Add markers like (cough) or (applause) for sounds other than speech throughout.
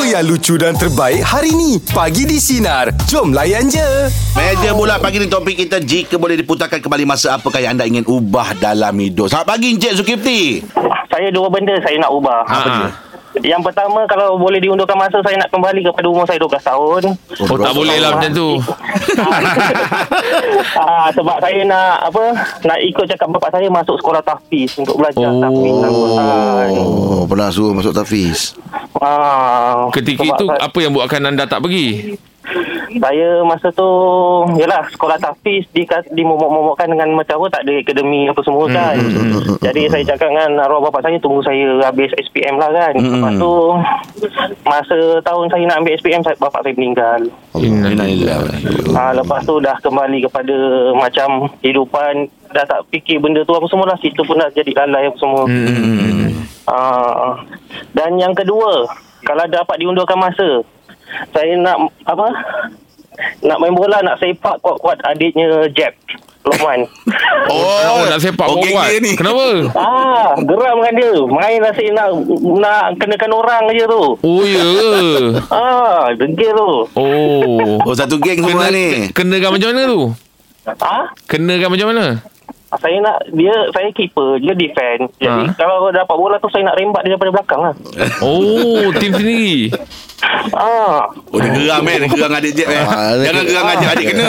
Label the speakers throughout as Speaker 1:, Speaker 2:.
Speaker 1: yang lucu dan terbaik hari ni. Pagi di Sinar. Jom layan je.
Speaker 2: Meja bola pagi ni topik kita jika boleh diputarkan kembali masa apakah yang anda ingin ubah dalam hidup. Selamat pagi Encik Zulkifli.
Speaker 3: Saya dua benda saya nak ubah.
Speaker 2: Ha.
Speaker 4: Ah.
Speaker 3: Yang pertama kalau boleh diundurkan masa saya nak kembali kepada umur saya 12 tahun.
Speaker 4: (laughs) Oh tak boleh lah macam tu
Speaker 3: ah, sebab saya nak apa nak ikut cakap bapak saya masuk sekolah tahfiz untuk belajar oh. tahfiz Ah. Al-Quran.
Speaker 2: Oh, pernah suruh masuk tafiz.
Speaker 3: Ah,
Speaker 4: Ketika
Speaker 3: sebab
Speaker 4: itu
Speaker 3: saya,
Speaker 4: Apa yang buatkan anda tak pergi
Speaker 3: saya masa tu yalah sekolah tahfiz di dimomok-momokkan dengan macam apa tak ada akademi apa semua kan. Jadi saya cakap dengan arwah bapak saya tunggu saya habis SPM lah kan. Lepas tu masa tahun saya nak ambil SPM saya- bapak saya meninggal.
Speaker 2: Innalillahi.
Speaker 3: Ha, lepas tu dah kembali kepada macam kehidupan dah tak fikir benda tu apa semua lah situ pun dah jadi lalai apa semua hmm. ha, dan yang kedua kalau dapat diundurkan masa saya nak apa nak main bola nak sepak kuat-kuat adiknya Jeb (laughs) Lokman
Speaker 4: Oh nak sepak kau
Speaker 2: okey
Speaker 4: buat
Speaker 2: dia ni.
Speaker 4: Kenapa
Speaker 3: ah geram dengan dia main asyik nak nak kenakan orang je tu
Speaker 4: Oh ya ke
Speaker 3: ah degil tu
Speaker 4: Oh
Speaker 2: Oh, satu geng
Speaker 4: Kena,
Speaker 2: semua ni.
Speaker 4: kena kan macam mana tu
Speaker 3: ah
Speaker 4: Kena kan macam mana
Speaker 3: Saya nak dia saya keeper, dia defend. Jadi
Speaker 4: Ha.
Speaker 3: kalau dapat bola tu saya nak rembat dia daripada belakang lah.
Speaker 4: Oh Tim sendiri (laughs)
Speaker 3: ah.
Speaker 2: Oh, dia gerang man. Gerang adik Jeb man.
Speaker 5: Ah, dia-
Speaker 2: Jangan gerang adik adik kena.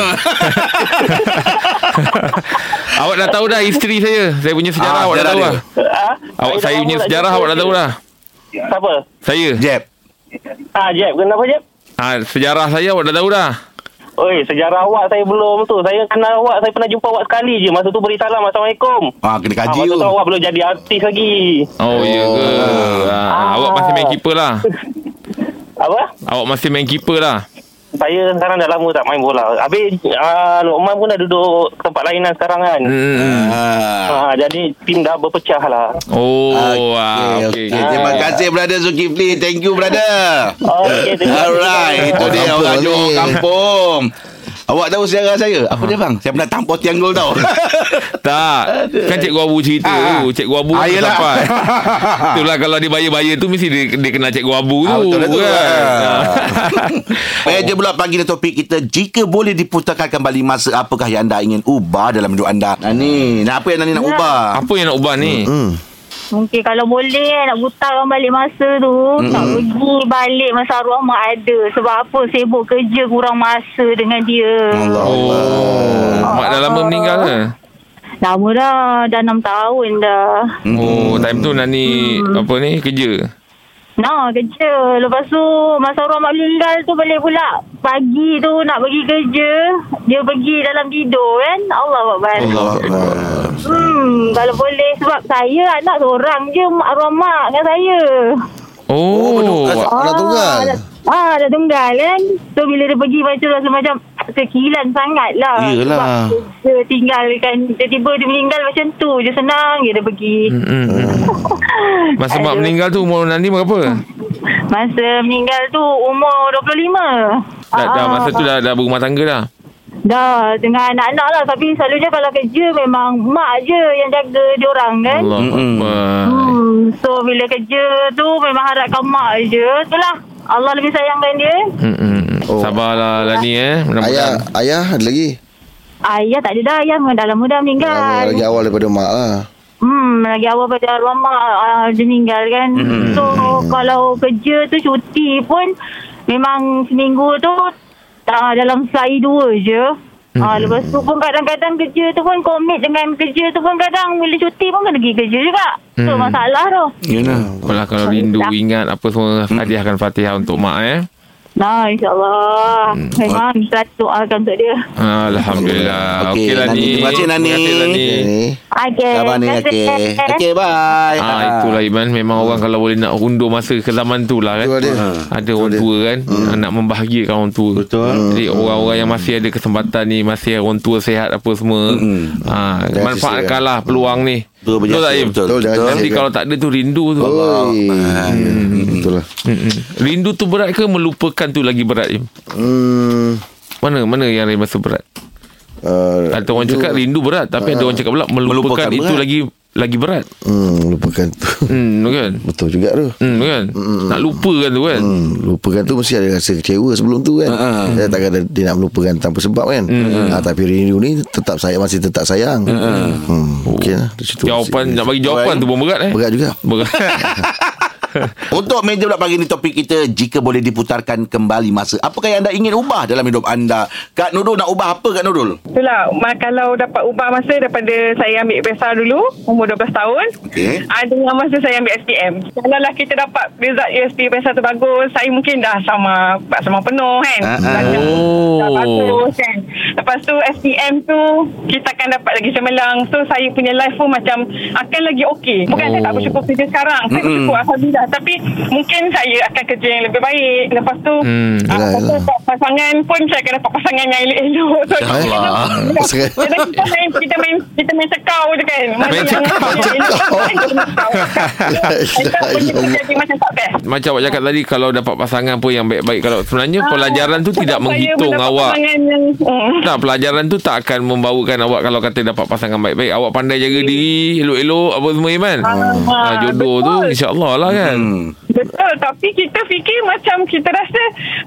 Speaker 4: Awak dah tahu dah Isteri saya Saya punya sejarah
Speaker 2: Ah,
Speaker 4: Awak dah
Speaker 2: sejarah
Speaker 4: tahu
Speaker 2: dia.
Speaker 4: lah
Speaker 3: Ah,
Speaker 4: Awak saya
Speaker 3: dah
Speaker 4: punya
Speaker 3: lama tak
Speaker 4: sejarah
Speaker 3: jumpa
Speaker 4: Awak dah tahu
Speaker 3: dia.
Speaker 4: dah
Speaker 3: Siapa?
Speaker 4: Saya
Speaker 2: Jeb.
Speaker 3: Ah, Jeb, kenapa Jeb?
Speaker 4: ha, Sejarah saya awak dah tahu dah
Speaker 3: Oi, sejarah awak saya belum tu. Saya kenal awak, saya pernah jumpa awak sekali je. Masa tu beri salam, Assalamualaikum.
Speaker 2: Ah, kena
Speaker 3: Ah,
Speaker 2: kaji
Speaker 3: masa
Speaker 2: tu.
Speaker 3: tu awak belum jadi artis lagi.
Speaker 4: Oh, ya ke ha, Awak masih main keeper lah
Speaker 3: Apa?
Speaker 4: Awak masih main keeper lah
Speaker 3: Saya sekarang dah lama tak main bola. Habis ah, Lokman pun dah duduk tempat lainan sekarang kan.
Speaker 4: hmm.
Speaker 2: Ah.
Speaker 3: Ah, jadi tim dah berpecah
Speaker 4: (laughs)
Speaker 3: lah.
Speaker 4: Oh
Speaker 2: Okay,
Speaker 4: ah,
Speaker 2: okay. Terima kasih brother Zulkifli. Thank you brother.
Speaker 3: Ah, Okey, terima kasih.
Speaker 2: Alright, itu
Speaker 5: Orang
Speaker 2: dia
Speaker 5: kampung
Speaker 2: orang
Speaker 5: ni.
Speaker 2: Johor kampung. Awak tahu sejarah saya? Apa dia bang? Saya pernah tampar tiang gol tau.
Speaker 4: Tak Kan Cikgu Abu cerita
Speaker 2: Ah,
Speaker 4: tu Cikgu Abu
Speaker 2: Ah,
Speaker 4: tak
Speaker 2: yelah. (laughs)
Speaker 4: dapat Itulah kalau dia bayar-bayar tu Mesti dia, dia kena Cikgu Abu tu
Speaker 2: Ah, betul lah tu.
Speaker 4: (laughs) Ah.
Speaker 2: Meja pula pagi ni topik kita Jika boleh diputarkan kembali masa Apakah yang anda ingin ubah dalam hidup anda nah, Ni, nah, apa yang anda nak ubah?
Speaker 4: Ah. Apa yang nak ubah ni
Speaker 2: Mm,
Speaker 6: Mungkin kalau boleh eh, nak putarkan balik masa tu mm-hmm. Nak pergi balik masa arwah mak ada Sebab apa sibuk kerja kurang masa dengan dia
Speaker 2: Allah
Speaker 4: Oh Mak dah lama meninggal eh? ke
Speaker 6: Lama dah, dah 6 tahun dah
Speaker 2: Mm.
Speaker 4: Oh time tu Nani Apa ni Kerja
Speaker 6: Nah kerja Lepas tu masa arwah mak meninggal tu balik pula Pagi tu nak pergi kerja Dia pergi dalam tidur kan Allah Akbar Hmm, kalau boleh sebab saya anak seorang je mak arwah mak dengan saya.
Speaker 4: Oh
Speaker 5: Anak tunggal.
Speaker 6: anak- Ah, dah tunggal kan. So bila dia pergi macam rasa macam sekilan sangat lah.
Speaker 2: Yelah.
Speaker 6: Sebab dia tinggalkan, tiba-tiba dia meninggal macam tu je senang je dia pergi.
Speaker 4: Mm, mm, mm. Masa mak
Speaker 6: Aduh.
Speaker 4: meninggal tu Umur Nani berapa
Speaker 6: Masa meninggal tu umur 25.
Speaker 4: Dah, dah
Speaker 6: Ah,
Speaker 4: masa tu dah, dah berumah tangga dah
Speaker 6: Dah dengan anak-anak lah Tapi selalunya kalau kerja memang mak je yang jaga diorang kan
Speaker 4: Allah
Speaker 2: Mm-mm.
Speaker 6: Hmm, so bila kerja tu memang harapkan mak je. Itulah Allah lebih sayangkan dia.
Speaker 4: Oh. Sabarlah Lani eh
Speaker 5: Ayah,
Speaker 4: Mudah-mudahan
Speaker 5: ayah ada lagi.
Speaker 6: Ayah tak ada dah ayah memang dah lama dah
Speaker 5: Awal,
Speaker 6: meninggal.
Speaker 4: ya,
Speaker 5: lagi awal daripada mak lah.
Speaker 6: Hmm, lagi awal pada arwah mak uh, dia meninggal kan. Hmm. So kalau kerja tu cuti pun memang seminggu tu uh, dalam sehari dua je. Hmm. Uh, lepas tu pun kadang-kadang kerja tu pun komit dengan kerja tu pun kadang bila cuti pun kena pergi kerja juga. So
Speaker 4: Hmm.
Speaker 6: masalah tu.
Speaker 2: Yelah
Speaker 4: Apalah kalau rindu ingat apa semua hadiahkan Fatihah untuk mak eh.
Speaker 6: Nah, insyaAllah. Hmm. Memang kita doakan untuk dia.
Speaker 4: Alhamdulillah.
Speaker 2: Okey,
Speaker 4: Okey lah
Speaker 2: Nani.
Speaker 4: ni.
Speaker 2: Terima kasih, Nani.
Speaker 4: Terima kasih Nani.
Speaker 5: Ini.
Speaker 6: Okay.
Speaker 2: Sabar ni, okay Okay, bye
Speaker 4: Ah itulah Iman memang orang kalau boleh nak undur masa ke zaman tu lah kan.
Speaker 5: Betul dia.
Speaker 4: Ada orang tua kan nak membahagiakan orang tua. Betul. Jadi orang-orang yang masih ada kesempatan ni masih orang tua sihat apa semua. Ah manfaatkanlah peluang ni.
Speaker 2: Betul,
Speaker 4: Betul tak Im?
Speaker 2: betul,
Speaker 5: Betul, jangan
Speaker 4: Nanti
Speaker 5: jaga.
Speaker 4: kalau tak ada tu rindu tu.
Speaker 5: Oi. Hmm, Betul lah.
Speaker 4: Mm-mm. Rindu tu berat ke melupakan tu lagi berat Im?
Speaker 5: Hmm.
Speaker 4: Mana mana yang rasa berat?
Speaker 5: Uh,
Speaker 4: Ada orang cakap rindu berat Tapi ada orang cakap pula Melupakan,
Speaker 2: Melupakan
Speaker 4: itu
Speaker 2: berat.
Speaker 4: lagi lagi berat.
Speaker 5: hmm, lupakan tu (laughs)
Speaker 4: Hmm kan.
Speaker 5: Betul juga tu
Speaker 4: Hmm kan. Nak lupa kan tu kan.
Speaker 5: Hmm, lupakan tu mesti ada rasa kecewa sebelum tu kan. Uh-huh. Dia takkan ada- dia nak melupakan tanpa sebab kan. Uh-huh. Ha, tapi rindu ni tetap saya masih tetap sayang. Uh-huh. Hmm, okey lah. Di situ
Speaker 4: Jawapan nak
Speaker 5: masih-
Speaker 4: bagi jawapan tu pun berat eh.
Speaker 5: berat juga.
Speaker 7: (laughs)
Speaker 4: Berat.
Speaker 2: Untuk meja pula pagi ni topik kita jika boleh diputarkan kembali masa. Apakah yang anda ingin ubah dalam hidup anda? Kak Nurul nak ubah apa Kak Nurul?
Speaker 7: Itulah ma- Kalau dapat ubah masa Daripada saya ambil PESA dulu Umur 12 tahun
Speaker 2: Okey.
Speaker 7: ah, Dengan masa saya ambil SPM Kalau lah kita dapat Result USP PESA tu bagus Saya mungkin dah sama Sama penuh kan
Speaker 2: Ah, ah.
Speaker 7: Belajar Dah
Speaker 4: Oh.
Speaker 7: bagus kan Lepas tu SPM tu Kita akan dapat lagi cemerlang So saya punya life pun macam Akan lagi okey Bukan
Speaker 4: Oh.
Speaker 7: saya tak bersyukur kerja sekarang Saya bersyukur Alhamdulillah Tapi mungkin saya akan kerja yang lebih baik Lepas tu
Speaker 4: Hmm,
Speaker 7: ah,
Speaker 5: yelah,
Speaker 7: lepas tu
Speaker 5: yelah.
Speaker 7: Pasangan pun saya akan dapat pasangan yang elok-elok
Speaker 4: Ya
Speaker 7: So,
Speaker 2: Allah.
Speaker 5: Sekarang-
Speaker 7: Kadang kita main kita main kita main cekau je kan. Mana
Speaker 4: Main
Speaker 7: yang-
Speaker 4: cekau.
Speaker 7: yang- yang- Kita punya jadi macam tak best.
Speaker 4: Macam awak cakap tadi Kalau dapat pasangan pun yang baik-baik Kalau sebenarnya pelajaran tu
Speaker 7: Sebab
Speaker 4: tidak
Speaker 7: Ah, saya
Speaker 4: menghitung
Speaker 7: mendapat
Speaker 4: awak
Speaker 7: pasangan Yang, hmm.
Speaker 4: Tak, pelajaran tu tak akan membawakan awak kalau kata dapat pasangan baik-baik. Awak pandai jaga diri, elok-elok, apa semua, Iman.
Speaker 7: Ah,
Speaker 4: Ah, jodoh
Speaker 7: betul.
Speaker 4: tu, insyaAllah lah kan.
Speaker 2: Hmm.
Speaker 7: Betul tapi kita fikir macam kita rasa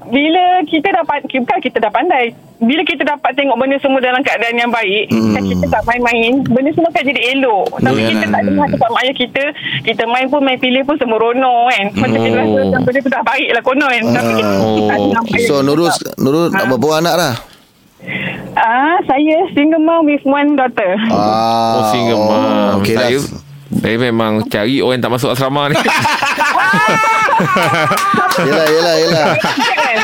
Speaker 7: bila kita dapat bukan kita dah pandai bila kita dapat tengok benda semua dalam keadaan yang baik hmm. kita tak main-main benda semua akan jadi elok
Speaker 5: Ya
Speaker 7: tapi
Speaker 2: Yalah.
Speaker 7: kita tak
Speaker 5: kan.
Speaker 7: dengar cakap mak ayah kita kita main pun main pilih pun semua rono kan
Speaker 5: Hmm.
Speaker 7: macam kita rasa
Speaker 4: Oh.
Speaker 7: macam benda tu dah baik lah konon tapi kita
Speaker 4: Oh.
Speaker 7: tak nampak.
Speaker 5: Ah. So Nurul Nurul nak
Speaker 7: Ha.
Speaker 5: berapa anak lah? dah?
Speaker 7: Ah, saya single mom with one daughter.
Speaker 5: Ah.
Speaker 4: Oh, single mom.
Speaker 5: Okey lah.
Speaker 4: saya,
Speaker 5: dah.
Speaker 4: saya memang cari orang tak masuk asrama ni.
Speaker 5: Yelah yelah
Speaker 4: (laughs)
Speaker 5: yelah.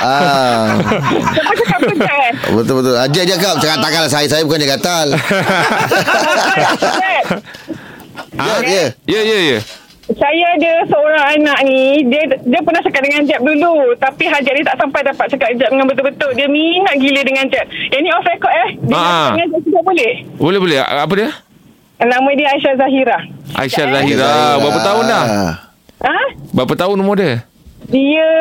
Speaker 5: ah.
Speaker 7: Siapa cakap pun kan?
Speaker 5: Betul betul. Ajak je kau. Cakap takkanlah saya saya bukan jaga tal.
Speaker 4: (laughs)
Speaker 5: Ah. (laughs)
Speaker 7: eh?
Speaker 5: Ya ya.
Speaker 4: ya, ya, ya.
Speaker 7: Saya ada seorang anak ni Dia dia pernah cakap dengan Jeb dulu Tapi hajat dia tak sampai dapat cakap Jeb dengan betul-betul Dia minat gila dengan Jeb Yang ni off record eh
Speaker 4: Ah.
Speaker 7: Dia nak cakap dengan Jeb juga boleh
Speaker 4: Boleh, boleh. Apa dia?
Speaker 7: Nama dia Aisyah Zahira
Speaker 4: Aisyah
Speaker 7: Sekejap, eh.
Speaker 4: Zahira. Berapa tahun dah?
Speaker 7: Ha?
Speaker 4: Berapa tahun umur dia?
Speaker 7: Dia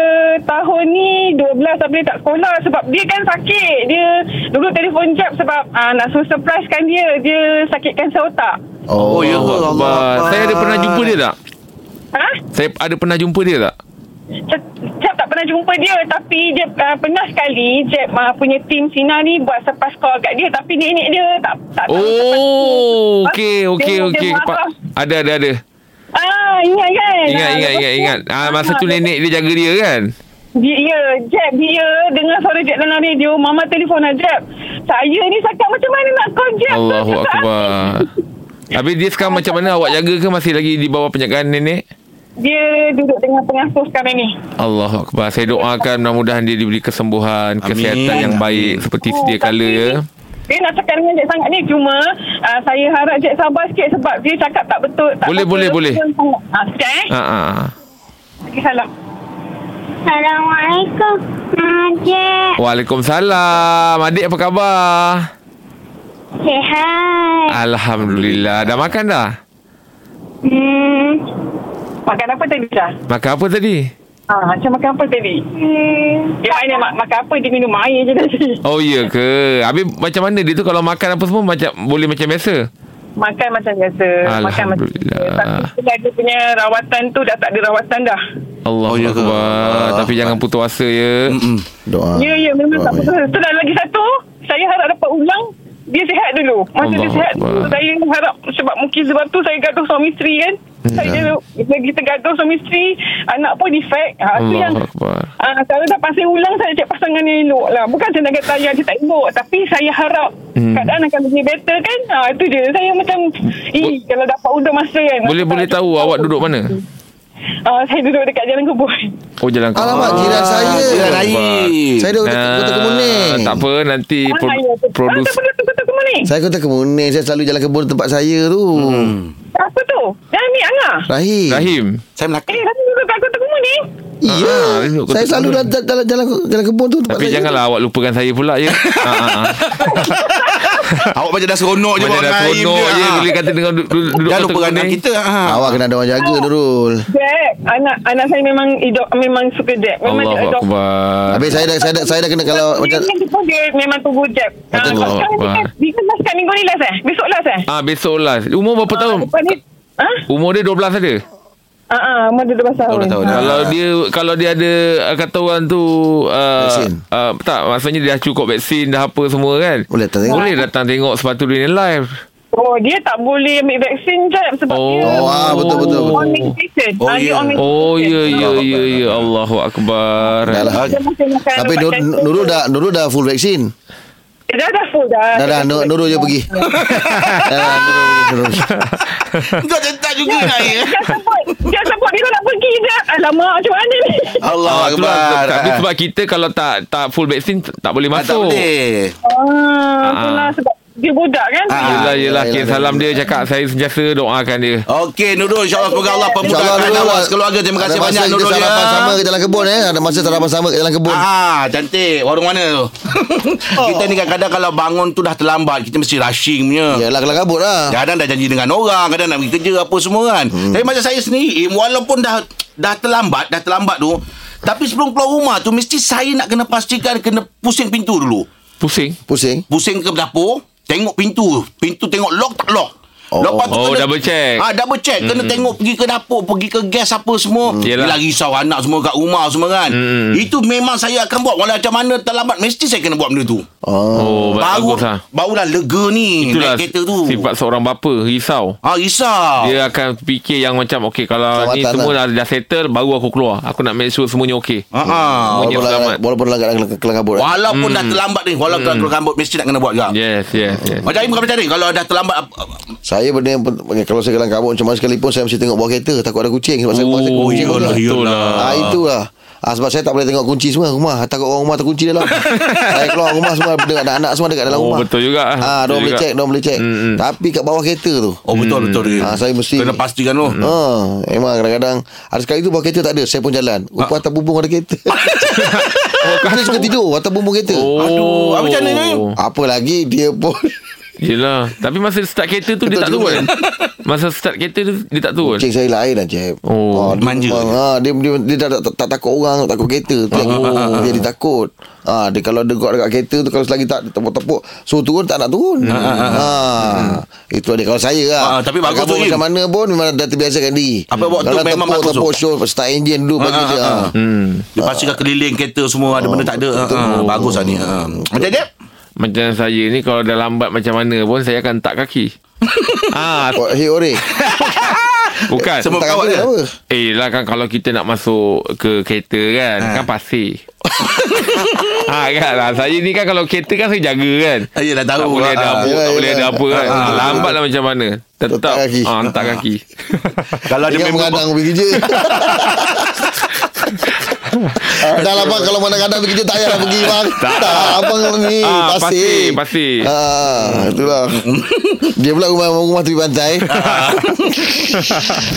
Speaker 7: tahun ni 12 tapi dia tak sekolah Sebab dia kan sakit Dia dulu telefon Jeb sebab ah, Nak suruh surprisekan dia Dia sakit kanser otak
Speaker 5: Oh,
Speaker 2: ya
Speaker 4: Abah, Saya ada pernah jumpa dia tak?
Speaker 7: Ha?
Speaker 4: Saya ada pernah jumpa dia tak?
Speaker 7: Jeb Jeb tak pernah jumpa dia tapi dia uh, pernah sekali Jeb uh, punya tim Sina ni buat surprise call kat dia tapi nenek dia tak tak tahu
Speaker 4: Oh,
Speaker 7: surprise
Speaker 4: okey,
Speaker 7: call.
Speaker 4: okey,
Speaker 7: Dia- dia
Speaker 4: okey.
Speaker 7: marah.
Speaker 4: Ada, ada, ada.
Speaker 7: Ah, ingat kan?
Speaker 4: Ingat,
Speaker 7: Ah,
Speaker 4: ingat,
Speaker 7: lepas
Speaker 4: ingat,
Speaker 7: tu-
Speaker 4: ingat. Ah, masa tu nenek dia jaga dia kan?
Speaker 7: Dia, ya, Jeb dia dengar suara Jeb dalam radio. Mama telefon lah Jeb. Saya ni sakit macam mana nak call Jeb? tu?"
Speaker 4: Allahu
Speaker 7: Cakap,
Speaker 4: Akbar. Habis dia sekarang macam mana awak jaga ke masih lagi di bawah penjagaan nenek?
Speaker 7: Dia duduk dengan pengasuh sekarang ni.
Speaker 4: Allahu Akbar. Saya doakan mudah-mudahan dia diberi kesembuhan, kesihatan yang baik seperti sedia
Speaker 7: Oh, tapi
Speaker 4: kala ya.
Speaker 7: Dia nak cakap dengan Jack sangat ni Cuma uh, Saya harap Jack sabar sikit Sebab dia cakap tak betul tak
Speaker 4: Boleh, boleh, boleh.
Speaker 7: betul. ha, Sekejap eh
Speaker 4: Ha ah.
Speaker 7: Okey, salam
Speaker 6: Assalamualaikum. Najib.
Speaker 4: Waalaikumsalam. Adik apa khabar?
Speaker 6: Sihat.
Speaker 4: Alhamdulillah. Dah makan dah?
Speaker 7: Hmm Makan apa tadi dah?
Speaker 4: Makan apa tadi?
Speaker 7: Ha, macam makan apa tadi?
Speaker 6: Hmm.
Speaker 7: Dia main mak, makan apa Dia minum air je tadi
Speaker 4: Oh iya ke? Habis macam mana dia tu kalau makan apa semua macam boleh macam biasa?
Speaker 7: Makan macam biasa Makan macam biasa
Speaker 4: Alhamdulillah.
Speaker 7: Tapi bila dia punya rawatan tu Dah tak ada rawatan dah
Speaker 4: Allahu
Speaker 2: Oh, ya ke?
Speaker 4: Akbar. Tapi jangan putus asa ya.
Speaker 5: Doa.
Speaker 7: Ya ya memang
Speaker 5: Doa.
Speaker 7: tak betul Itu dah lagi satu Saya harap dapat ulang Dia sihat dulu Masa
Speaker 4: Allah
Speaker 7: dia sihat dulu,
Speaker 4: Akbar.
Speaker 7: Saya harap Sebab mungkin sebab tu Saya gaduh suami isteri kan
Speaker 4: Hmm. Ya.
Speaker 7: saya bila kita gaduh suami isteri anak pun defect ha, tu yang
Speaker 4: Allahu Akbar.
Speaker 7: Ah, kalau dah pasal ulang saya cek pasangan yang elok lah. Bukan saya nak kata ayah dia tak elok. Tapi saya harap
Speaker 4: Hmm.
Speaker 7: hmm. keadaan akan lebih better kan. Ha, itu je. Saya macam, eh, kalau dapat udah masa kan.
Speaker 4: Boleh boleh tahu awak duduk mana?
Speaker 7: Ah, saya duduk dekat Jalan Kebun.
Speaker 4: Oh jalan kau.
Speaker 5: Alamak, Ah, jiran saya.
Speaker 2: Ah, Jiran air.
Speaker 5: Saya duduk kota, kota Kemuning.
Speaker 4: Eh, Tak apa nanti
Speaker 7: Ah,
Speaker 4: Eh, pro-
Speaker 7: ya.
Speaker 4: produs
Speaker 7: Ah, tak perlu tu ni.
Speaker 5: Saya kota Kemuning. Saya selalu jalan kebun tempat saya tu.
Speaker 7: Apa tu? Dah ambil Angah.
Speaker 5: Rahim.
Speaker 4: Hmm. Rahim.
Speaker 2: Saya Melaka.
Speaker 7: Eh, kamu duduk kat Kota Kumun ni?
Speaker 5: Iya.
Speaker 4: Ah, dia duduk kota
Speaker 5: saya selalu
Speaker 4: Kemuning.
Speaker 5: jalan, jalan, jalan, jalan kebun tu tempat
Speaker 4: Tapi
Speaker 5: saya.
Speaker 4: janganlah awak lupakan saya pula ya. ha ha. ha.
Speaker 2: Awak macam dah seronok je
Speaker 4: Macam
Speaker 2: bawa
Speaker 4: dah
Speaker 2: Rahim
Speaker 4: seronok
Speaker 2: dia,
Speaker 4: je
Speaker 2: ah.
Speaker 4: bila kata dengan duduk duduk
Speaker 2: Dah
Speaker 4: kota
Speaker 2: lupa anak
Speaker 4: kuning.
Speaker 2: kita. ah.
Speaker 5: Awak kena ada orang jaga Nurul.
Speaker 7: Jack, anak anak saya memang idol, memang suka Jack. Memang
Speaker 4: Allahu
Speaker 7: dia adopt.
Speaker 4: Akbar.
Speaker 5: Habis saya dah saya dah, saya dah kena kalau
Speaker 7: Dia,
Speaker 5: macam
Speaker 7: dia, dia, pun dia memang tunggu Jack. Ah,
Speaker 4: Allahu
Speaker 7: sekarang dia
Speaker 4: Akbar.
Speaker 7: kan- Dia kan last kat minggu ni last eh? Besok last eh?
Speaker 4: Ah besok lah. Umur berapa tahun?
Speaker 7: Lepas ni Ha?
Speaker 4: Umur dia 12 ada.
Speaker 7: Ha ah, umur dia
Speaker 5: Oh,
Speaker 7: 12 tahun.
Speaker 2: 12 tahun.
Speaker 4: Ha.
Speaker 2: Ah.
Speaker 4: Kalau dia kalau dia ada ah, kata orang tu uh,
Speaker 5: Vaksin.
Speaker 4: uh, tak maksudnya dia dah cukup vaksin dah apa semua kan.
Speaker 5: Boleh datang tengok.
Speaker 4: Boleh datang tengok sepatu dia ni live.
Speaker 7: Oh, dia tak boleh ambil vaksin je sebab
Speaker 4: Oh.
Speaker 7: dia
Speaker 5: Oh, ah, betul, betul, betul.
Speaker 7: on medication.
Speaker 2: Oh,
Speaker 7: Ah, dia
Speaker 2: ya.
Speaker 7: on medication.
Speaker 4: Oh ya ya ya ya Allahu akbar.
Speaker 5: Dah lah.
Speaker 7: Dia masih makan
Speaker 5: Tapi
Speaker 7: ubat
Speaker 5: Nur,
Speaker 7: cancer.
Speaker 5: Nurul dah Nurul dah full vaksin.
Speaker 7: Dia Eh, dah dah full dah.
Speaker 5: Dah dah Nur, Nurul je
Speaker 7: (laughs)
Speaker 5: pergi. Dah, Nurul pergi, Nurul pergi.
Speaker 2: Kau centang juga nak ya.
Speaker 7: Jangan sebut. Jangan sebut dia tak nak pergi je. Alamak, macam mana ni?
Speaker 2: Allah
Speaker 4: Ah, itulah.
Speaker 2: Akbar.
Speaker 4: Tapi sebab kita kalau tak tak full vaksin tak boleh
Speaker 2: Ah, tak
Speaker 4: masuk.
Speaker 2: boleh.
Speaker 7: Ah, itulah sebab dia budak kan.
Speaker 2: Ah.
Speaker 4: Yelah, yelah.
Speaker 5: yelah,
Speaker 4: Kis
Speaker 5: yelah.
Speaker 4: salam dia cakap saya sentiasa doakan dia.
Speaker 2: Okey Nurul InsyaAllah semoga Allah Pemudahkan
Speaker 5: Nurul,
Speaker 2: awak sekeluarga Terima kasih
Speaker 5: ada masa
Speaker 2: banyak
Speaker 5: kita
Speaker 2: Nurul
Speaker 5: sarapan sama
Speaker 2: ya
Speaker 5: ke jalan kebun eh. Ada masa sarapan sama ke jalan kebun.
Speaker 2: Ah, cantik. Warung mana (laughs) tu? kita
Speaker 5: Oh.
Speaker 2: ni kadang-kadang kalau bangun tu dah terlambat, kita mesti rushing punya.
Speaker 5: Yalah kelang kabut lah.
Speaker 4: Ya.
Speaker 2: Kadang dah janji dengan orang, kadang nak pergi kerja apa semua kan. Hmm. Tapi macam saya sendiri, eh, walaupun dah dah terlambat, dah terlambat tu, tapi sebelum keluar rumah tu mesti saya nak kena pastikan kena pusing pintu dulu.
Speaker 4: Pusing.
Speaker 5: Pusing.
Speaker 2: Pusing ke dapur, tengok pintu. Pintu tengok lock tak lock.
Speaker 5: Oh.
Speaker 2: Lepas tu
Speaker 4: Oh, double check. Hmm.
Speaker 2: Ah, double check. Kena tengok pergi ke dapur, pergi ke gas apa semua. Hmm.
Speaker 4: Yelah.
Speaker 2: Yelah risau anak semua kat rumah semua kan. Hmm. Itu memang saya akan buat. Walau macam mana terlambat, mesti saya kena buat benda tu.
Speaker 5: Oh.
Speaker 4: Oh,
Speaker 2: Baru,
Speaker 4: bagus lah.
Speaker 2: barulah lega ni Itulah
Speaker 4: Itulah
Speaker 2: naik kereta tu.
Speaker 4: sifat Ya. seorang bapa risau.
Speaker 2: Ah, risau.
Speaker 4: Dia akan fikir yang macam okey kalau
Speaker 5: Selamat
Speaker 4: ni
Speaker 5: datang
Speaker 4: semua dah, dah settle baru aku keluar. Aku nak make sure semuanya
Speaker 2: Ha
Speaker 4: okey.
Speaker 2: ah.
Speaker 4: Punya
Speaker 5: Walaupun
Speaker 4: selamat.
Speaker 5: lah, walaupun lah kelang kelang kabut. eh.
Speaker 2: Walaupun dah terlambat ni, walaupun hmm. keluar rambut mesti nak kena buat juga. Yeah.
Speaker 4: Yes, yes, yes.
Speaker 2: Macam Im kau macam ni kalau dah terlambat ah, apa- apa-
Speaker 5: Saya benda yang pen- kalau saya kelang kabut macam mana sekalipun saya mesti tengok bawah kereta takut ada kucing sebab saya rumah saya
Speaker 4: Oh,
Speaker 5: kucing.
Speaker 4: ya
Speaker 2: iyalah,
Speaker 5: pun.
Speaker 2: iyalah.
Speaker 4: lah.
Speaker 5: Ah itulah. Ah sebab saya tak boleh tengok kunci semua rumah. Takut orang rumah
Speaker 4: (laughs)
Speaker 5: terkunci dalam. saya keluar rumah semua dekat anak-anak semua dekat dalam
Speaker 4: Oh,
Speaker 5: rumah.
Speaker 4: betul juga.
Speaker 5: Ah,
Speaker 4: Betul
Speaker 5: dia boleh
Speaker 4: juga.
Speaker 5: check, dia boleh check.
Speaker 4: Mm-mm.
Speaker 5: Tapi kat bawah kereta tu.
Speaker 2: Oh betul betul. dia.
Speaker 5: Ah, saya mesti-
Speaker 2: kena pastikan tu.
Speaker 4: Mm.
Speaker 5: Ha, memang kadang-kadang ada sekali tu bawah kereta tak ada, saya pun jalan.
Speaker 4: Ah.
Speaker 5: Rupa atas bumbung ada
Speaker 4: (laughs)
Speaker 5: kereta. Kita suka tidur atas bumbung kereta.
Speaker 4: Oh.
Speaker 2: Aduh, apa macam mana ni?
Speaker 5: Apa lagi dia pun
Speaker 4: Yelah. Tapi masa start kereta tu dia
Speaker 5: Betul
Speaker 4: tak
Speaker 5: juga.
Speaker 4: turun. Masa start kereta tu dia tak turun.
Speaker 5: Cik saya lain lah Cik
Speaker 4: Oh,
Speaker 5: dia
Speaker 2: manja.
Speaker 5: memang, ha, dia, dia, dia tak, tak, tak, takut orang Tak takut kereta tu yang
Speaker 2: Oh.
Speaker 5: Dia dia takut ha, dia, Kalau dia got dekat kereta tu Kalau selagi tak tepuk-tepuk Suruh turun tak nak turun ha, Itu dia kalau saya lah
Speaker 2: Ah, ah, tapi bagus
Speaker 5: Kalau
Speaker 2: tu,
Speaker 5: Macam
Speaker 2: Im.
Speaker 5: mana pun Memang dah terbiasakan diri
Speaker 2: Apa buat tu
Speaker 5: Kalau
Speaker 2: memang
Speaker 5: tepuk,
Speaker 2: bagus tu. Ah,
Speaker 5: tepuk show Start engine dulu bagi dia ha.
Speaker 4: Hmm.
Speaker 2: Dia pastikan keliling kereta semua ada benda tak ada. Ha, ha, bagus lah ni. Ha. Macam dia?
Speaker 4: Macam saya ni kalau dah lambat macam mana pun saya akan tak
Speaker 2: (laughs)
Speaker 4: kaki. ah,
Speaker 5: Oh, Hey Ore
Speaker 4: bukan.
Speaker 2: Semua-
Speaker 5: Tak
Speaker 2: kawan
Speaker 5: kata
Speaker 2: dia.
Speaker 5: apa
Speaker 4: Eh lah kan kalau kita nak masuk ke kereta kan ha. Kan pasir (laughs) ha, kan lah Saya ni kan kalau kereta kan saya jaga kan
Speaker 2: Ya dah
Speaker 4: Tak
Speaker 2: tahu.
Speaker 4: boleh ada
Speaker 2: Ha,
Speaker 4: apa
Speaker 5: yelah,
Speaker 4: Tak boleh ada
Speaker 5: yelah.
Speaker 4: apa kan
Speaker 5: Ah, ah,
Speaker 4: Lambat lah macam mana Tetap
Speaker 5: Tetap kaki.
Speaker 4: ha, Hantar kaki
Speaker 2: Kalau ada
Speaker 5: Ingat
Speaker 2: member
Speaker 5: mengadang pergi
Speaker 2: (laughs)
Speaker 5: kerja Ah, dah lah bang Kalau mana kadang pergi kerja Tak payahlah pergi bang Tak, Abang ni
Speaker 4: Ah, pasir,
Speaker 5: Pasir
Speaker 4: pasir.
Speaker 5: Ah,
Speaker 2: (laughs)
Speaker 5: Itulah Dia pula rumah Rumah tepi pantai
Speaker 2: Ah.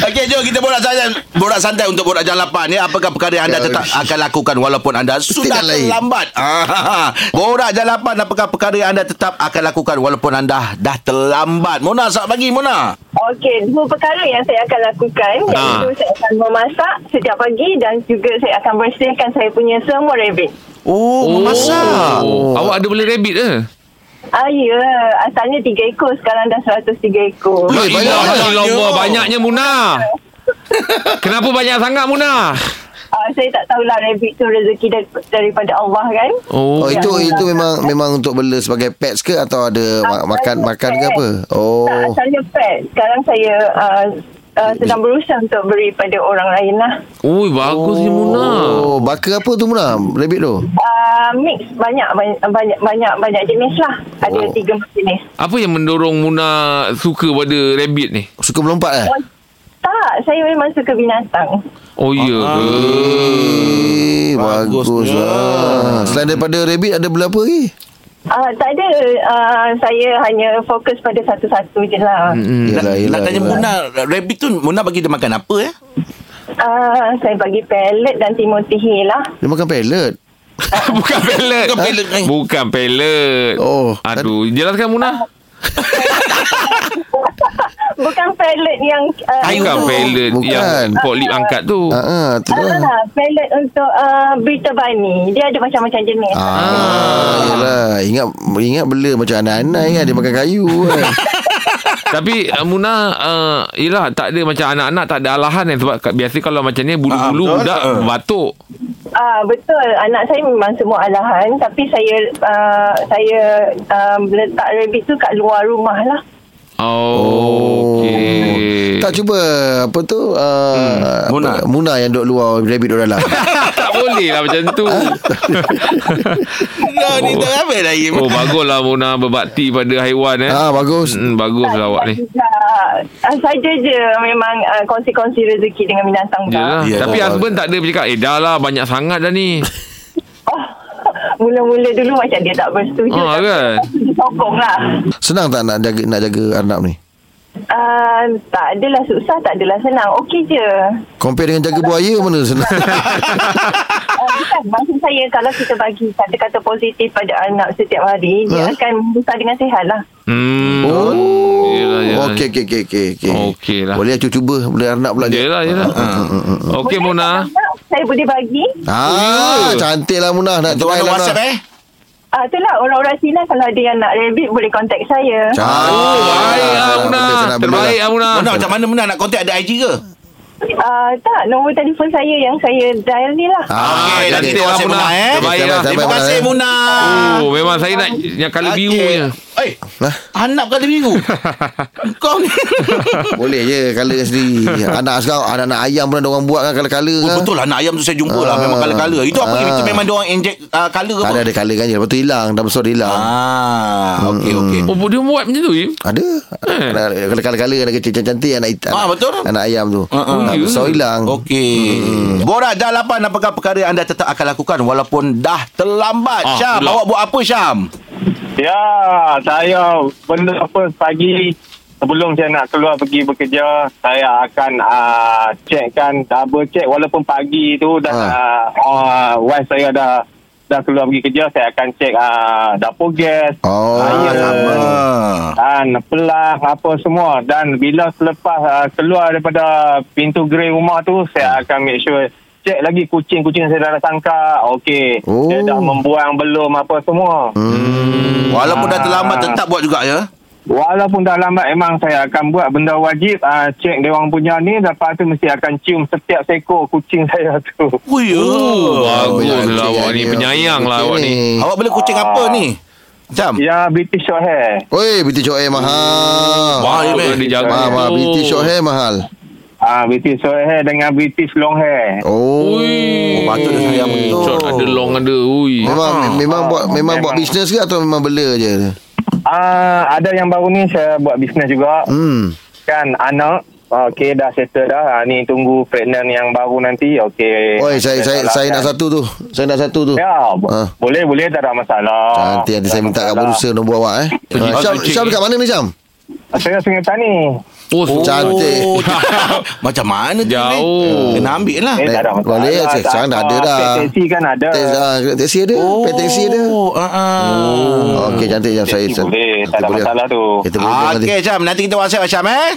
Speaker 2: Okey, jom kita borak santai, borak santai untuk borak jam 8 ya. Apakah perkara yang anda
Speaker 5: Ya,
Speaker 2: tetap
Speaker 5: ish.
Speaker 2: akan lakukan walaupun anda sudah
Speaker 5: Petikan lain.
Speaker 2: terlambat? Ah, ha, ha. borak jam 8 apakah perkara yang anda tetap akan lakukan walaupun anda dah terlambat? Mona, selamat pagi Mona.
Speaker 7: Okey, dua perkara yang saya akan lakukan
Speaker 4: Ah.
Speaker 7: iaitu saya akan memasak setiap pagi dan juga saya akan bersihkan saya punya semua rabbit.
Speaker 2: Oh, memasak.
Speaker 4: oh. Awak ada boleh rabbit ke?
Speaker 7: Ah, ya. Asalnya tiga ekor. Sekarang dah 103 ekor.
Speaker 5: Eh, banyak
Speaker 4: Ilah,
Speaker 2: banyaknya.
Speaker 4: Allah, Banyaknya Muna Kenapa banyak sangat Muna?
Speaker 7: Ah, saya tak tahulah rabbit tu rezeki dar- daripada Allah kan.
Speaker 5: Oh,
Speaker 4: Oh,
Speaker 5: itu itu memang memang untuk bela sebagai pets ke atau ada ma- makan makan ke apa? Oh.
Speaker 7: Tak, asalnya pet. Sekarang saya uh, uh, sedang berusaha untuk beri pada orang lain lah.
Speaker 4: Ui, bagusnya Muna
Speaker 5: Oh, bakar apa tu Muna? Rabbit tu.
Speaker 7: Uh, mix banyak banyak banyak banyak, banyak jenis lah. Ada
Speaker 5: Oh.
Speaker 7: tiga jenis.
Speaker 4: Apa yang mendorong Muna suka pada rabbit ni?
Speaker 5: Suka melompat eh?
Speaker 7: Tak, saya memang suka binatang.
Speaker 4: Oh, ya ke?
Speaker 5: Eh,
Speaker 2: Bagusnya.
Speaker 5: bagus lah. Selain daripada rabbit ada bela apa lagi?
Speaker 7: Uh, tak ada. Uh, saya hanya fokus pada satu-satu je lah.
Speaker 5: Hmm,
Speaker 2: Nak, nak tanya Mona, rabbit tu Mona bagi dia makan apa ya?
Speaker 7: Uh, saya bagi pellet dan timotihi lah.
Speaker 5: Dia makan pellet.
Speaker 4: (laughs) Bukan pellet.
Speaker 2: Bukan pellet, eh.
Speaker 4: Bukan pellet.
Speaker 5: Oh.
Speaker 4: Aduh, jelaskan Muna.
Speaker 7: Bukan pellet yang... Uh,
Speaker 2: Kayu
Speaker 4: Bukan
Speaker 2: tu.
Speaker 4: pellet
Speaker 5: Bukan.
Speaker 4: yang Poklip angkat tu.
Speaker 5: Ha ah, tu lah.
Speaker 7: Ah, pellet untuk uh, berita bani. Dia ada macam-macam jenis.
Speaker 5: Ah, yalah. Ingat ingat bela macam anak-anak kan dia makan kayu kan.
Speaker 4: Tapi uh, Muna uh, Yelah tak ada Macam anak-anak tak ada alahan kan Sebab kat- biasa kalau macam ni
Speaker 2: Ah,
Speaker 4: Bulu-bulu
Speaker 2: betul.
Speaker 4: budak
Speaker 2: Ah.
Speaker 4: batuk
Speaker 6: Ah betul anak saya memang semua alahan tapi saya uh, saya um, letak rabbit tu kat luar rumah lah.
Speaker 4: Oh, okay.
Speaker 5: Tak cuba Apa tu uh, hmm.
Speaker 2: Muna.
Speaker 5: Muna yang duduk luar Rabbit duduk dalam
Speaker 4: (laughs) tak boleh lah macam tu.
Speaker 5: Ah.
Speaker 2: No, ni tak habis dah Im.
Speaker 4: oh, baguslah Muna berbakti pada haiwan eh.
Speaker 5: Ah bagus
Speaker 4: Hmm, baguslah awak ni.
Speaker 6: Uh, saja je memang uh, kongsi-kongsi rezeki dengan binatang
Speaker 4: Yalah.
Speaker 2: Ya,
Speaker 4: Tapi
Speaker 2: tak
Speaker 4: husband tak ada bercakap, eh dah lah banyak sangat dah ni.
Speaker 6: Mula-mula dulu macam dia tak bersetuju.
Speaker 4: Ah,
Speaker 6: tapi
Speaker 4: kan?
Speaker 6: (laughs) Dia sokong lah.
Speaker 5: Senang tak nak jaga nak jaga anak ni
Speaker 6: Uh, tak adalah susah, tak adalah senang. Okey je.
Speaker 5: Compare dengan jaga buaya Mana senang
Speaker 6: Uh, bukan, maksud saya kalau kita bagi kata-kata positif pada anak setiap hari, dia
Speaker 5: Huh?
Speaker 6: akan besar dengan sihat lah.
Speaker 4: Hmm.
Speaker 5: Oh
Speaker 4: Yelah, yelah.
Speaker 5: Okey okey okey okey okey.
Speaker 4: Okey lah.
Speaker 5: Boleh aku cuba Boleh anak pula je
Speaker 4: Yelah, yelah. Okey,
Speaker 6: Boleh
Speaker 4: Muna.
Speaker 6: tak, Mona? Saya boleh bagi.
Speaker 5: Ah, cantik lah Munah nak
Speaker 2: Itu
Speaker 5: try
Speaker 2: ada
Speaker 5: lah
Speaker 2: WhatsApp
Speaker 5: Munah.
Speaker 2: eh.
Speaker 6: Ah, itulah orang-orang Cina kalau ada yang nak rabbit boleh contact saya.
Speaker 5: Cantik.
Speaker 4: Oh, baik
Speaker 5: Ah,
Speaker 4: ah,
Speaker 5: senang
Speaker 4: Muna.
Speaker 5: benda, senang benda
Speaker 4: Terbaik
Speaker 5: lah.
Speaker 4: ah, Muna.
Speaker 2: Muna macam mana Muna nak kontak ada IG ke?
Speaker 6: Ah, tak, nombor telefon saya yang saya dial ni lah.
Speaker 5: Ah,
Speaker 2: Okey,
Speaker 5: okey,
Speaker 2: nanti
Speaker 5: okey.
Speaker 2: tengok WhatsApp
Speaker 4: Muna,
Speaker 2: Muna eh.
Speaker 4: terbaik
Speaker 5: lah.
Speaker 2: Terima
Speaker 5: Terbaik,
Speaker 2: kasih
Speaker 5: Muna.
Speaker 2: Muna.
Speaker 4: Oh, memang saya nak yang kala
Speaker 2: Okey.
Speaker 4: birunya.
Speaker 2: Eh,
Speaker 5: Nah,
Speaker 2: anak kali (laughs) biru. Kau
Speaker 5: (laughs)
Speaker 2: ni.
Speaker 5: boleh je color kan sendiri.
Speaker 4: (laughs)
Speaker 5: Anak sekarang anak-anak ayam pun ada orang buat kan color-color.
Speaker 2: Oh,
Speaker 5: kan.
Speaker 2: betul lah anak ayam tu saya jumpa lah memang
Speaker 5: Ah.
Speaker 2: kala-kala. Itu apa
Speaker 5: Ah.
Speaker 2: itu memang dia orang inject uh, color ke
Speaker 5: Tak
Speaker 2: apa?
Speaker 5: ada ada color kan je. Lepas tu hilang, dah besar dia hilang.
Speaker 2: Ah,
Speaker 5: Hmm.
Speaker 2: okey okey.
Speaker 4: Oh, dia buat macam tu, Im?
Speaker 5: Ada
Speaker 4: Hmm.
Speaker 5: Kalau color-color Anak kecil cantik Anak, it-
Speaker 2: Ah, betul.
Speaker 5: anak ayam tu
Speaker 2: ah.
Speaker 5: Tak besar hilang
Speaker 4: Oh.
Speaker 2: Okey. Hmm. Borak dah lapan apakah perkara anda tetap akan lakukan walaupun dah terlambat.
Speaker 4: Ah,
Speaker 2: Ah, Syam,
Speaker 4: pula.
Speaker 2: awak buat apa Syam?
Speaker 3: Ya, saya benda apa pagi sebelum saya nak keluar pergi bekerja, saya akan uh, checkkan, double check walaupun pagi tu dah
Speaker 5: Ha.
Speaker 3: uh, uh, wife saya dah dah keluar pergi kerja, saya akan check uh, dapur gas,
Speaker 5: Oh,
Speaker 4: Ah, ya.
Speaker 3: air,
Speaker 5: sama.
Speaker 2: Ah.
Speaker 3: dan pelah apa semua dan bila selepas uh, keluar daripada pintu grey rumah tu, saya akan make sure Cek lagi kucing-kucing saya dah sangka Okey
Speaker 5: Oh.
Speaker 3: Dia dah membuang belum apa semua
Speaker 2: Walaupun dah
Speaker 3: Ah.
Speaker 2: terlambat tetap buat juga ya.
Speaker 3: Walaupun dah lambat memang saya akan buat benda wajib uh, Cek dia orang punya ni Lepas tu mesti akan cium setiap seekor kucing (laughs) saya tu
Speaker 2: Oh, ya.
Speaker 5: Oh, ya.
Speaker 4: Bagus lah awak ni.
Speaker 5: Okey,
Speaker 4: Penyayang lah
Speaker 5: okey
Speaker 4: awak ni.
Speaker 2: Awak beli kucing apa ni? Syam.
Speaker 3: Ya British Short Hair
Speaker 5: Oi, BT Short Hair mahal.
Speaker 2: Wah,
Speaker 4: Ah,
Speaker 2: Im, eh.
Speaker 4: kalau dia jaga
Speaker 5: Mahal, mahal.
Speaker 4: tu.
Speaker 5: BT Short Hair mahal.
Speaker 3: Ah, British Short Hair dengan British Long Hair
Speaker 5: Oh.
Speaker 4: Ui.
Speaker 2: Oh, patut dia sayang betul.
Speaker 4: Short ada long ada. Ui.
Speaker 5: Memang
Speaker 4: Ah.
Speaker 5: me- memang buat memang buat
Speaker 3: memang.
Speaker 5: bisnes ke atau memang bela je?
Speaker 3: Ah, Ada yang baru ni saya buat bisnes juga
Speaker 5: Hmm.
Speaker 3: Kan anak Okey dah settle dah ah, Ni tunggu pregnant yang baru nanti
Speaker 7: Ya,
Speaker 3: Okey
Speaker 5: Oi, saya saya saya nak satu tu. Saya nak satu tu.
Speaker 3: Ya bo-
Speaker 5: Ah.
Speaker 3: boleh boleh tak ada masalah
Speaker 5: Nanti nanti saya
Speaker 3: Tak ada
Speaker 5: minta kat
Speaker 3: Ah, masalah.
Speaker 5: producer nombor awak eh.
Speaker 4: Pergi
Speaker 5: Ah,
Speaker 4: kau
Speaker 5: Syam,
Speaker 4: cuci.
Speaker 5: Syam dekat mana ni Syam?
Speaker 3: Saya sungai tani
Speaker 4: Oh, oh.
Speaker 5: Cantik.
Speaker 2: Oh, (laughs) Macam mana tu? ni?
Speaker 4: Jauh.
Speaker 2: Kena ambil lah.
Speaker 3: Eh, tak ada masalah.
Speaker 5: Boleh,
Speaker 3: Tak
Speaker 5: cik. Sekarang dah ada dah.
Speaker 3: Pet Taxi kan ada.
Speaker 5: Tes, ah, Teksi ada, oh. teksi ada.
Speaker 2: Oh, ah, ah.
Speaker 5: Okey cantik Syam saya.
Speaker 3: Teksi Hmm. boleh, tak ada masalah tu.
Speaker 5: Kita boleh jumpa nanti.
Speaker 2: Okey, Syam. Nanti kita WhatsApp Syam eh.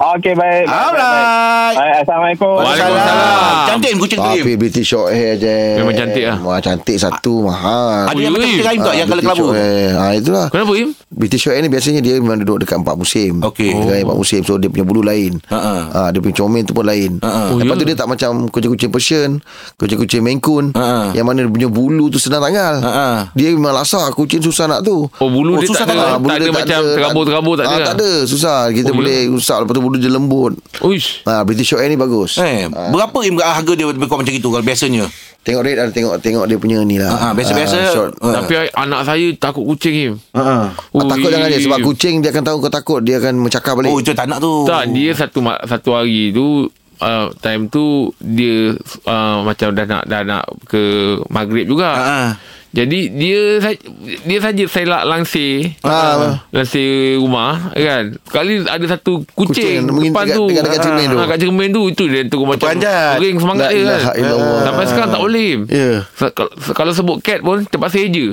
Speaker 3: Okey, baik. baik, baik, baik.
Speaker 2: Alright.
Speaker 3: Baik, Assalamualaikum.
Speaker 4: Waalaikumsalam.
Speaker 2: Cantik kucing tu. Im.
Speaker 5: Tapi BT short hair je.
Speaker 4: Memang cantik lah.
Speaker 5: Wah, cantik satu mahal. Ah,
Speaker 2: Ada yang
Speaker 4: Ui,
Speaker 2: macam
Speaker 4: ui.
Speaker 2: kucing lain tak yang kala
Speaker 5: BT
Speaker 2: kelabu.
Speaker 5: short hair. Ah itulah.
Speaker 4: Kenapa, Im?
Speaker 5: British Short Hair ni biasanya dia memang duduk dekat empat musim.
Speaker 2: Okey. Ha,
Speaker 5: Dia oh. empat musim. So dia punya bulu lain.
Speaker 2: Ha-ha.
Speaker 5: Ah, dia punya comel tu pun lain.
Speaker 2: Ha-ha.
Speaker 4: Oh,
Speaker 5: Lepas
Speaker 4: ya.
Speaker 5: tu dia tak macam kucing-kucing Persian, kucing-kucing Maine Coon
Speaker 2: Ha-ha.
Speaker 5: yang mana dia punya bulu tu senang tangal.
Speaker 2: Ha-ha.
Speaker 5: Dia memang lasak kucing susah nak tu.
Speaker 4: Oh,
Speaker 2: Ha,
Speaker 4: bulu
Speaker 2: Oh,
Speaker 4: dia
Speaker 2: susah tak
Speaker 4: tak ada,
Speaker 2: lah.
Speaker 4: tak ada macam terabur-terabur tak ada. lah.
Speaker 5: ah, Tak ada susah Kita
Speaker 4: Oh, ya.
Speaker 5: boleh usap Lepas tu bulu dia lembut
Speaker 4: Uish.
Speaker 5: ah, British Short Hair ni bagus
Speaker 2: Eh,
Speaker 5: Ah.
Speaker 2: berapa Im harga dia lebih kurang macam itu kalau biasanya?
Speaker 5: Tengok rate ada tengok Tengok dia punya ni lah
Speaker 2: Ha, biasa-biasa.
Speaker 5: Ah, short.
Speaker 2: Ha.
Speaker 4: Tapi anak saya takut kucing, Im.
Speaker 5: Ah,
Speaker 4: Ui.
Speaker 5: takut jangan dia Sebab kucing dia akan tahu kau takut Dia akan mencakar balik
Speaker 2: Oh, itu tak nak tu.
Speaker 4: Tak,
Speaker 5: Oh.
Speaker 4: dia satu ma- satu hari tu uh, time tu dia uh, macam dah nak dah nak ke maghrib juga.
Speaker 2: Ha, ha.
Speaker 4: Jadi dia sa- dia saja selak langsir.
Speaker 5: Ah.
Speaker 4: Langsir rumah kan. Sekali ada satu kucing,
Speaker 5: Kucing, mungkin
Speaker 4: depan
Speaker 5: dekat-
Speaker 4: tu.
Speaker 5: dekat- dekat cermin tu.
Speaker 4: Ha, kat cermin tu itu dia tu macam
Speaker 2: Terperanjat.
Speaker 4: kering semangat
Speaker 5: La
Speaker 4: dia kan.
Speaker 5: ilaha illallah.
Speaker 4: Sampai sekarang tak boleh.
Speaker 5: Ya.
Speaker 4: Se- kalau- se- Kalau sebut cat pun terpaksa
Speaker 5: (laughs)
Speaker 4: eja.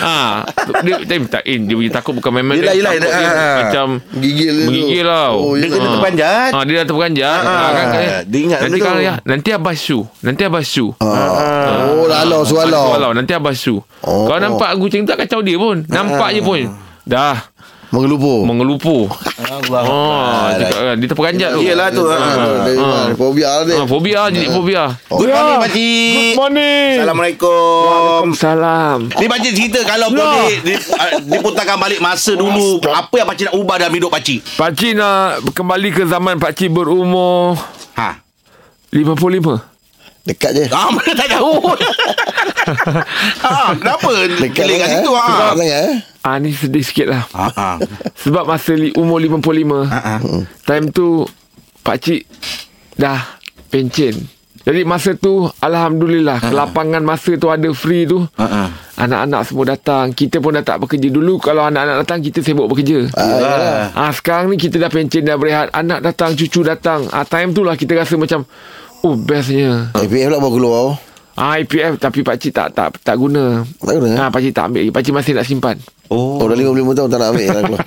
Speaker 4: ha, dia time tak in dia punya takut bukan main-main
Speaker 5: Yelah, yelah,
Speaker 4: takut
Speaker 5: yelah.
Speaker 4: dia
Speaker 5: Ah.
Speaker 4: macam
Speaker 5: Gigil dia tu.
Speaker 4: menggigil tau
Speaker 5: Oh,
Speaker 2: Dia
Speaker 5: yelah.
Speaker 2: kena
Speaker 4: Ah.
Speaker 2: terpanjat.
Speaker 4: Ah, dia dah terperanjat.
Speaker 2: Ah,
Speaker 4: Ah, kan, kan.
Speaker 2: dia ingat
Speaker 4: nanti
Speaker 2: benda
Speaker 4: kalau
Speaker 2: tu.
Speaker 4: ya, nanti abah su. Nanti abah su.
Speaker 5: Ah. Oh lalau sualau
Speaker 4: Walau nanti abah su.
Speaker 5: Oh.
Speaker 4: Kalau nampak kucing tu tak kacau dia pun. Nampak je pun. Dah.
Speaker 2: Oh.
Speaker 5: Mengelupur.
Speaker 4: Mengelupur.
Speaker 2: Allah.
Speaker 4: Oh, cakap kan. Dia terperanjat tu.
Speaker 2: Yelah tu. Ha.
Speaker 5: Dari mana? Fobia lah dia.
Speaker 4: Ah, fobia jadi fobia.
Speaker 2: Good morning, Pakcik.
Speaker 4: Oh. Good morning.
Speaker 2: Assalamualaikum.
Speaker 4: Salam.
Speaker 2: Ni pakcik cerita kalau boleh di, ah, diputarkan balik masa dulu apa yang pakcik nak ubah dalam hidup pakcik.
Speaker 4: Pakcik nak kembali ke zaman pakcik berumur
Speaker 2: Ha.
Speaker 4: 55.
Speaker 5: Dekat je.
Speaker 2: Ah, (laughs) mana tak tahu.
Speaker 4: Oh.
Speaker 2: ha, kenapa?
Speaker 5: Dekat
Speaker 2: Pilih kat
Speaker 5: sangat,
Speaker 2: situ
Speaker 5: eh.
Speaker 2: ah.
Speaker 5: Dekat sangat eh.
Speaker 4: Ah ni sedih sikit lah.
Speaker 2: Ha. Ha.
Speaker 4: Sebab masa li, umur 55
Speaker 2: Ha.
Speaker 5: Hmm.
Speaker 4: Time tu Pakcik Dah Pencen Jadi masa tu Alhamdulillah
Speaker 5: Ah.
Speaker 4: Kelapangan masa tu ada free tu
Speaker 2: Ha.
Speaker 4: Anak-anak semua datang Kita pun dah tak bekerja Dulu kalau anak-anak datang Kita sibuk bekerja
Speaker 2: Ah.
Speaker 4: Ah Sekarang ni kita dah pencen Dah berehat Anak datang Cucu datang ah, Time tu lah kita rasa macam Oh bestnya
Speaker 5: APM Eh, pula baru keluar. oh.
Speaker 4: ah, IPF tapi pakcik tak tak tak guna
Speaker 5: Tak guna, eh?
Speaker 4: ah, Pakcik tak ambil lagi. Pakcik masih nak simpan
Speaker 5: Oh, dah 55 tahun tak nak ambil dah keluar.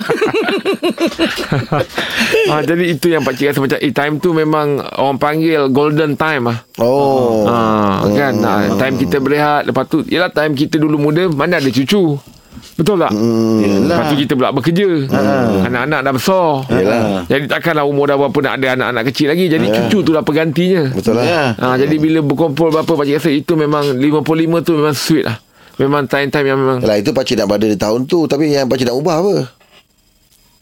Speaker 4: (laughs) ah, Jadi itu yang pakcik rasa macam Eh time tu memang Orang panggil golden time ah.
Speaker 5: Oh. Hmm.
Speaker 4: Ah, kan ah, time kita berehat lepas tu yalah time kita dulu muda mana ada cucu Betul tak? Hmm. Lepas tu kita pula bekerja Anak-anak dah besar
Speaker 5: Hmm. Yelah.
Speaker 4: Jadi takkanlah umur dah berapa Nak ada anak-anak kecil lagi Jadi cucu tu lah penggantinya
Speaker 5: Betul lah.
Speaker 2: Ya.
Speaker 4: ha, Jadi bila berkumpul berapa Pakcik rasa itu memang 55 tu memang sweet lah Memang time-time yang memang
Speaker 5: Yalah itu pakcik nak pada di tahun tu Tapi yang pakcik nak ubah apa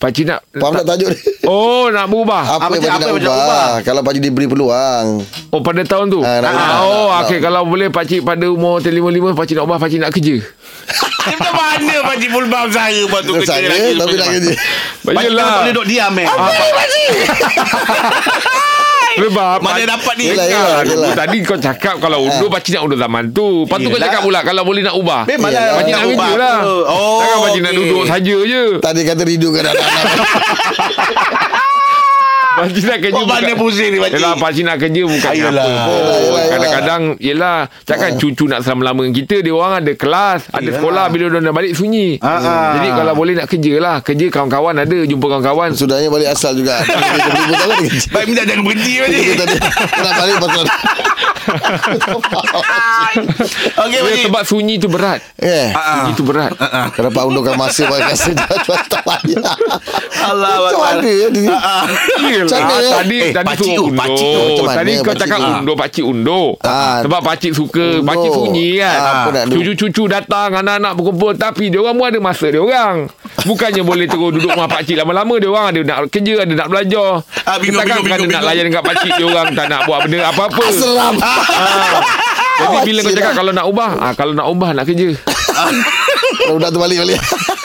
Speaker 4: Pakcik nak
Speaker 5: Faham tak Ah, tajuk dia
Speaker 4: Oh nak berubah
Speaker 5: Apa,
Speaker 2: Ah, Apa
Speaker 5: yang
Speaker 2: cakap- apa
Speaker 5: pakcik nak
Speaker 2: yang pakcik
Speaker 5: ubah?
Speaker 2: nak ubah?
Speaker 5: Kalau pakcik diberi peluang
Speaker 4: Oh pada tahun tu
Speaker 5: Ah, nak
Speaker 4: Ah,
Speaker 5: ubah,
Speaker 4: Oh
Speaker 5: nak-
Speaker 4: okey
Speaker 5: nak-
Speaker 4: kalau boleh Pakcik pada umur 55 Pakcik nak ubah Pakcik nak kerja
Speaker 2: Dia macam mana pakcik pulbam saya buat tu kerja
Speaker 5: Saya
Speaker 2: lagi.
Speaker 5: tapi nak kerja
Speaker 2: Pakcik tak boleh duduk diam eh.
Speaker 4: Sebab
Speaker 2: Mana dapat ni?
Speaker 5: Yelah, yelah.
Speaker 4: Aku Tadi kau cakap kalau undur pakcik nak undur zaman tu. Lepas tu
Speaker 2: Ah.
Speaker 4: kau
Speaker 2: Yelah.
Speaker 4: cakap pula kalau boleh nak ubah.
Speaker 2: Memang lah.
Speaker 4: Pakcik nak kerja lah.
Speaker 2: Oh,
Speaker 4: Jangan pakcik nak
Speaker 2: okey.
Speaker 4: duduk saja je.
Speaker 5: Tadi kata rindu kan anak-anak
Speaker 4: Pakcik nak kerja.
Speaker 2: Kau mana
Speaker 4: bukan-
Speaker 2: pusing ni pakcik?
Speaker 4: Yelah pakcik nak kerja bukan
Speaker 2: Ah, yelah. Ah.
Speaker 4: apa pun.
Speaker 5: Yelah, yelah,
Speaker 4: Kadang-kadang Yelah Takkan cucu nak selama-lama dengan kita Dia orang ada kelas Ada
Speaker 2: Yelah.
Speaker 4: sekolah Bila dia dah balik sunyi
Speaker 2: Ah, ah.
Speaker 4: Jadi kalau boleh nak kerja lah Kerja kawan-kawan ada Jumpa kawan-kawan
Speaker 5: Sudahnya balik asal juga Dia tahun dia kerja
Speaker 2: Baik minta jangan berhenti pakcik.
Speaker 5: Dia tadi Nak balik pasal
Speaker 2: Okey
Speaker 4: Ya,
Speaker 2: pakcik.
Speaker 4: sebab sunyi tu berat
Speaker 5: Eh
Speaker 2: Ah.
Speaker 4: Sunyi tu berat
Speaker 5: Kenapa undurkan masa Bagi rasa (laughs) Jual tak payah
Speaker 2: Allah
Speaker 5: Macam mana ya di sini Macam mana ya?
Speaker 4: Tadi
Speaker 2: Eh,
Speaker 4: eh, tadi
Speaker 2: pakcik
Speaker 4: pakcik
Speaker 2: tu,
Speaker 4: suruh
Speaker 2: pakcik tu
Speaker 4: undur.
Speaker 5: macam mana
Speaker 4: tadi kau
Speaker 5: pakcik
Speaker 4: cakap
Speaker 5: tu?
Speaker 4: undur pakcik undur.
Speaker 5: Ah.
Speaker 4: Sebab pakcik suka
Speaker 5: Undur.
Speaker 4: pakcik sunyi kan.
Speaker 5: Ah, apa nak duduk?
Speaker 4: Cucu-cucu datang, anak-anak berkumpul tapi dia orang pun ada masa dia orang. Bukannya boleh terus duduk rumah pakcik lama-lama dia orang ada nak kerja, ada nak belajar.
Speaker 2: Ah, bingung,
Speaker 4: Kita kan
Speaker 2: bingung,
Speaker 4: bukan
Speaker 2: bingung,
Speaker 4: nak
Speaker 2: bingung.
Speaker 4: layan dengan pakcik dia orang tak nak buat benda apa-apa.
Speaker 5: Selam
Speaker 4: Jadi bila kau
Speaker 5: pakcik
Speaker 4: cakap
Speaker 5: lah.
Speaker 4: kalau nak ubah, ah kalau nak ubah nak kerja.
Speaker 5: Budak tu balik-balik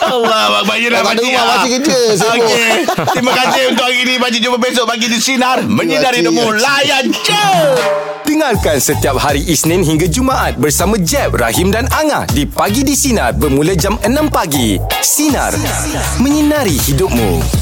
Speaker 2: Allah Abang Yelah
Speaker 5: Tak ada rumah,
Speaker 2: ah.
Speaker 5: pakcik kerja, sibuk.
Speaker 2: Okey Terima kasih untuk hari ini Pakcik jumpa besok pagi di Sinar Menyinari
Speaker 5: Pakcik,
Speaker 2: Demo
Speaker 5: pakcik.
Speaker 2: Layan je
Speaker 1: Dengarkan setiap hari Isnin hingga Jumaat bersama Jeb, Rahim dan Angah di Pagi di Sinar bermula jam 6 pagi. Sinar. Menyinari hidupmu.